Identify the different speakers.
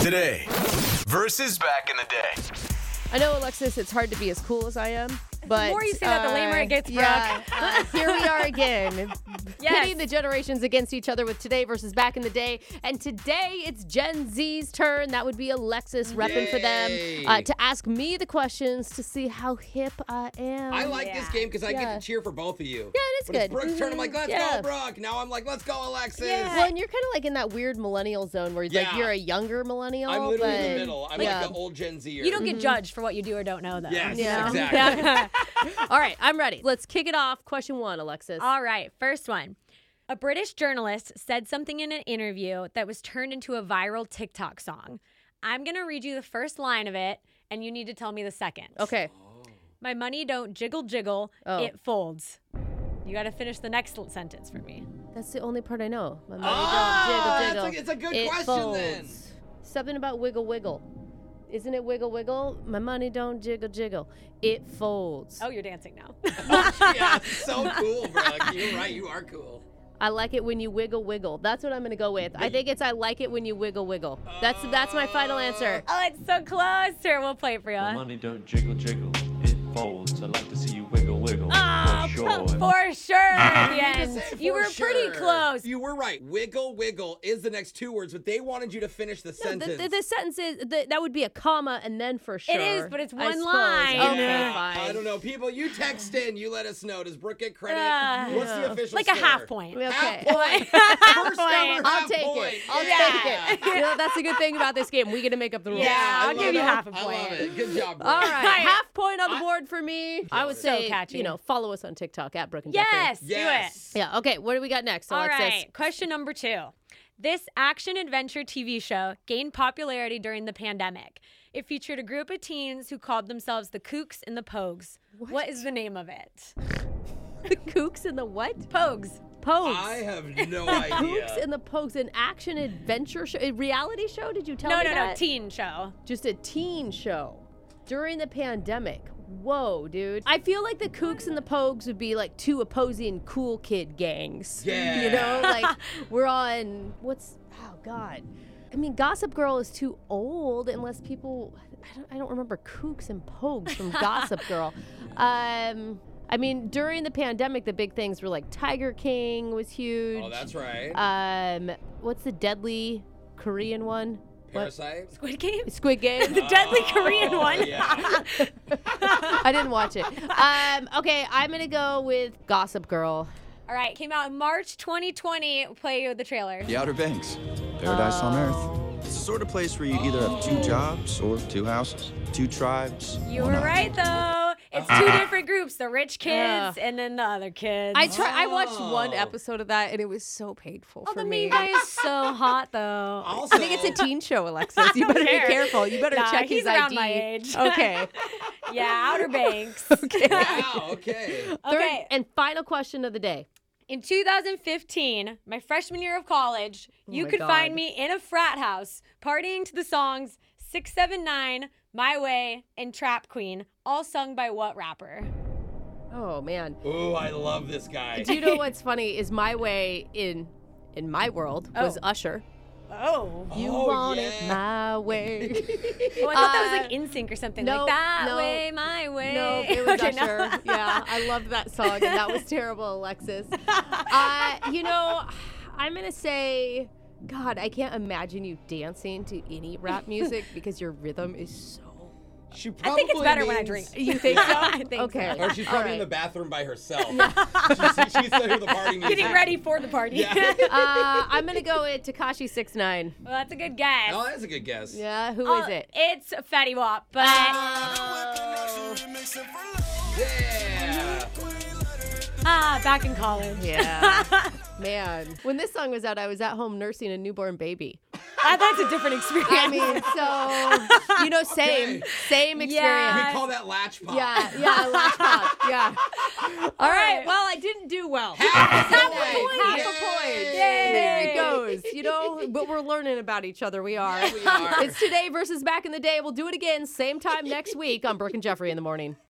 Speaker 1: Today versus back in the day.
Speaker 2: I know, Alexis, it's hard to be as cool as I am, but uh,
Speaker 3: The more you say that, the lamer it gets, Brooke.
Speaker 2: Yeah, uh, here we are again,
Speaker 3: Yes.
Speaker 2: pitting the generations against each other with today versus back in the day. And today it's Gen Z's turn. That would be Alexis repping for
Speaker 4: Yay.
Speaker 2: them uh, to ask me the questions to see how hip I am.
Speaker 4: I like this
Speaker 3: Yeah.
Speaker 4: game because I get
Speaker 2: Um, Yeah.
Speaker 4: to cheer for both of
Speaker 2: Yeah,
Speaker 4: you.
Speaker 2: it is
Speaker 4: When it's
Speaker 2: good. Mm-hmm.
Speaker 4: Brooke's turn, I'm like, let's
Speaker 2: Yeah.
Speaker 4: go, Brooke. Now I'm like, let's go, Alexis.
Speaker 3: Yeah.
Speaker 2: Well, and you're kind of like in that weird millennial zone where it's like
Speaker 4: Yeah.
Speaker 2: you're a younger millennial.
Speaker 4: I'm literally in
Speaker 2: but-
Speaker 4: the middle. I'm
Speaker 2: yeah.
Speaker 4: like the old Gen Zer.
Speaker 3: You don't
Speaker 2: Mm-hmm.
Speaker 3: get judged for what you do or don't know, though.
Speaker 4: Yes,
Speaker 2: Yeah.
Speaker 4: exactly.
Speaker 2: All right, I'm ready. Let's kick it off. Question one, Alexis.
Speaker 3: All right, first one. A British journalist said something in an interview that was turned into a viral TikTok song. I'm going to read you the first line of it, and you need to tell me the second.
Speaker 2: okay.
Speaker 3: My money don't jiggle jiggle,
Speaker 2: Oh.
Speaker 3: it folds. You got to finish the next l- sentence for me.
Speaker 2: That's the only part I know. My money
Speaker 4: Ah,
Speaker 2: don't jiggle,
Speaker 4: that's a-
Speaker 2: jiggle.
Speaker 4: it's a good
Speaker 2: It
Speaker 4: question then.
Speaker 2: folds. Something about wiggle wiggle. Isn't it wiggle wiggle? My money don't jiggle jiggle. It folds.
Speaker 3: Oh, you're dancing now.
Speaker 4: yeah, it's so cool, Brooke. You're right. You are cool.
Speaker 2: I like it when you wiggle wiggle. That's what I'm gonna go with. I think it's I like it when you wiggle wiggle. That's that's my final answer.
Speaker 3: oh, it's so close. Here, we'll play it for you.
Speaker 5: The money don't jiggle jiggle, it folds. I like to see you wiggle wiggle.
Speaker 3: Oh,
Speaker 5: for
Speaker 3: po-
Speaker 5: sure.
Speaker 3: for sure. at the
Speaker 4: I
Speaker 3: end.
Speaker 4: said
Speaker 3: You
Speaker 4: for
Speaker 3: were pretty
Speaker 4: sure.
Speaker 3: close.
Speaker 4: You were right. Wiggle, wiggle is the next two words, but they wanted you to finish the
Speaker 2: No,
Speaker 4: sentence.
Speaker 2: The, the, the sentence is the, that would be a comma and then for sure.
Speaker 3: It is, but it's
Speaker 2: I
Speaker 3: one
Speaker 2: suppose.
Speaker 3: line.
Speaker 2: Okay,
Speaker 4: Yeah,
Speaker 2: fine.
Speaker 4: I don't know. People, you text in. You let us know. Does Brooke get credit?
Speaker 3: Yeah.
Speaker 4: What's the official
Speaker 3: like a half
Speaker 4: score?
Speaker 3: point.
Speaker 2: Okay.
Speaker 4: Half point. First ever
Speaker 2: I'll
Speaker 3: point.
Speaker 4: half
Speaker 2: take
Speaker 4: point.
Speaker 2: it. I'll
Speaker 4: Yeah.
Speaker 2: take it. You know, that's the good thing about this game. We get to make up the rules.
Speaker 3: Yeah, I'll
Speaker 4: I
Speaker 3: give
Speaker 4: love
Speaker 3: you
Speaker 4: it.
Speaker 3: half a
Speaker 4: I love
Speaker 3: point.
Speaker 4: it. Good job, Brooke.
Speaker 2: All right,
Speaker 3: Right.
Speaker 2: half point on the board for me. I would
Speaker 3: So
Speaker 2: say,
Speaker 3: catchy.
Speaker 2: you know, follow us on TikTok at Brooke and
Speaker 3: Yes,
Speaker 2: Jeffrey.
Speaker 3: do it.
Speaker 4: Yes.
Speaker 2: Yeah. Okay. What do we got next,
Speaker 3: All
Speaker 2: Alexis?
Speaker 3: right. Question number two. This action adventure TV show gained popularity during the pandemic. It featured a group of teens who called themselves the Kooks and the Pogues. what is the name of it?
Speaker 2: The Kooks and the what?
Speaker 3: Pogues.
Speaker 2: Pogues.
Speaker 4: I uh, have no idea.
Speaker 2: Kooks and the Pogues, an action adventure show, a reality show. Did you tell
Speaker 3: no,
Speaker 2: me
Speaker 3: no, no.
Speaker 2: that?
Speaker 3: Teen show.
Speaker 2: Just a teen show during the pandemic. Whoa, dude. I feel like the Kooks and the Pogues would be like two opposing cool kid gangs.
Speaker 4: Yeah.
Speaker 2: You know, like we're on what's oh god. I mean, Gossip Girl is too old unless people. I don't, I don't remember kooks and pogues from Gossip Girl. Um, I mean, during the pandemic, the big things were like Tiger King was huge.
Speaker 4: Oh, that's right.
Speaker 2: Um, what's the deadly Korean one? What?
Speaker 4: Parasite.
Speaker 3: Squid Game?
Speaker 2: Squid Game.
Speaker 3: The deadly Korean
Speaker 4: Oh,
Speaker 3: one.
Speaker 4: yeah.
Speaker 2: I didn't watch it. Um, okay, I'm gonna go with Gossip Girl.
Speaker 3: All right. Came out in March 2020. Play you the trailer.
Speaker 6: The Outer Banks, paradise on earth. It's the sort of place where you either have two jobs or two houses, two tribes.
Speaker 3: You
Speaker 6: one
Speaker 3: were right
Speaker 6: island.
Speaker 3: though. It's two different groups: the rich kids and then the other kids.
Speaker 7: I try. I watched one
Speaker 4: Oh.
Speaker 7: episode of that, and it was so painful
Speaker 3: oh,
Speaker 7: for
Speaker 3: the
Speaker 7: me.
Speaker 3: main guy is so hot though.
Speaker 4: Also,
Speaker 7: I think it's a teen show, Alexis. You better be
Speaker 3: Fair.
Speaker 7: careful. You better
Speaker 3: Nah,
Speaker 7: check
Speaker 3: he's
Speaker 7: his
Speaker 3: around
Speaker 7: ID.
Speaker 3: my age.
Speaker 7: Okay.
Speaker 3: yeah, Outer Banks.
Speaker 4: Wow. Okay.
Speaker 2: Third
Speaker 3: Okay.
Speaker 2: and final question of the day.
Speaker 3: In 2015, my freshman year of college, you
Speaker 2: my
Speaker 3: could
Speaker 2: God.
Speaker 3: find me in a frat house partying to the songs 679, My Way, and Trap Queen, all sung by what rapper?
Speaker 2: Oh man.
Speaker 4: Ooh, I love this guy.
Speaker 2: Do you know what's funny is my way in in my world was
Speaker 3: Oh.
Speaker 2: Usher.
Speaker 3: Oh.
Speaker 2: You
Speaker 4: Oh,
Speaker 2: want it
Speaker 4: yeah.
Speaker 2: my way.
Speaker 3: I thought that was
Speaker 2: Uh,
Speaker 3: like in sync or something.
Speaker 2: no,
Speaker 3: like that
Speaker 2: no,
Speaker 3: way, my way.
Speaker 2: no, it was
Speaker 3: Okay, no.
Speaker 2: Usher. yeah, I loved that song, and that was terrible, Alexis. Uh, you know, I'm gonna say, God, I can't imagine you dancing to any rap music because your rhythm is so.
Speaker 4: She
Speaker 3: I
Speaker 4: probably
Speaker 3: think it's better when I drink.
Speaker 4: means-
Speaker 2: You think so?
Speaker 3: I think so,
Speaker 2: okay.
Speaker 3: yeah.
Speaker 4: Or she's
Speaker 2: All
Speaker 4: probably
Speaker 2: right.
Speaker 4: in the bathroom by herself. she's, she's still here the party music.
Speaker 3: Getting ready for the party.
Speaker 4: Yeah.
Speaker 2: Uh, I'm gonna go with Takashi Six Nine.
Speaker 3: well, that's a good guess.
Speaker 4: Oh, that's a good guess.
Speaker 2: Yeah, who is
Speaker 3: Oh,
Speaker 2: it? Ah.
Speaker 3: It's Fetty Wap, but
Speaker 4: Oh, Yeah.
Speaker 3: ah, back in college.
Speaker 2: Yeah. Man, when this song was out, I was at home nursing a newborn baby.
Speaker 3: Ah, that's a different experience.
Speaker 2: I mean, so you know, same, same
Speaker 3: Yeah.
Speaker 2: experience.
Speaker 4: We call that latch pop.
Speaker 2: Yeah, yeah, lash pop. Yeah. All right. Well, I didn't do well.
Speaker 4: Half a
Speaker 2: Half a point.
Speaker 4: point.
Speaker 3: Yay.
Speaker 2: There it goes. You know, but we're learning about each other. We are.
Speaker 4: We are.
Speaker 2: It's today versus back in the day. We'll do it again, same time next week on Brooke and Jeffrey in the morning.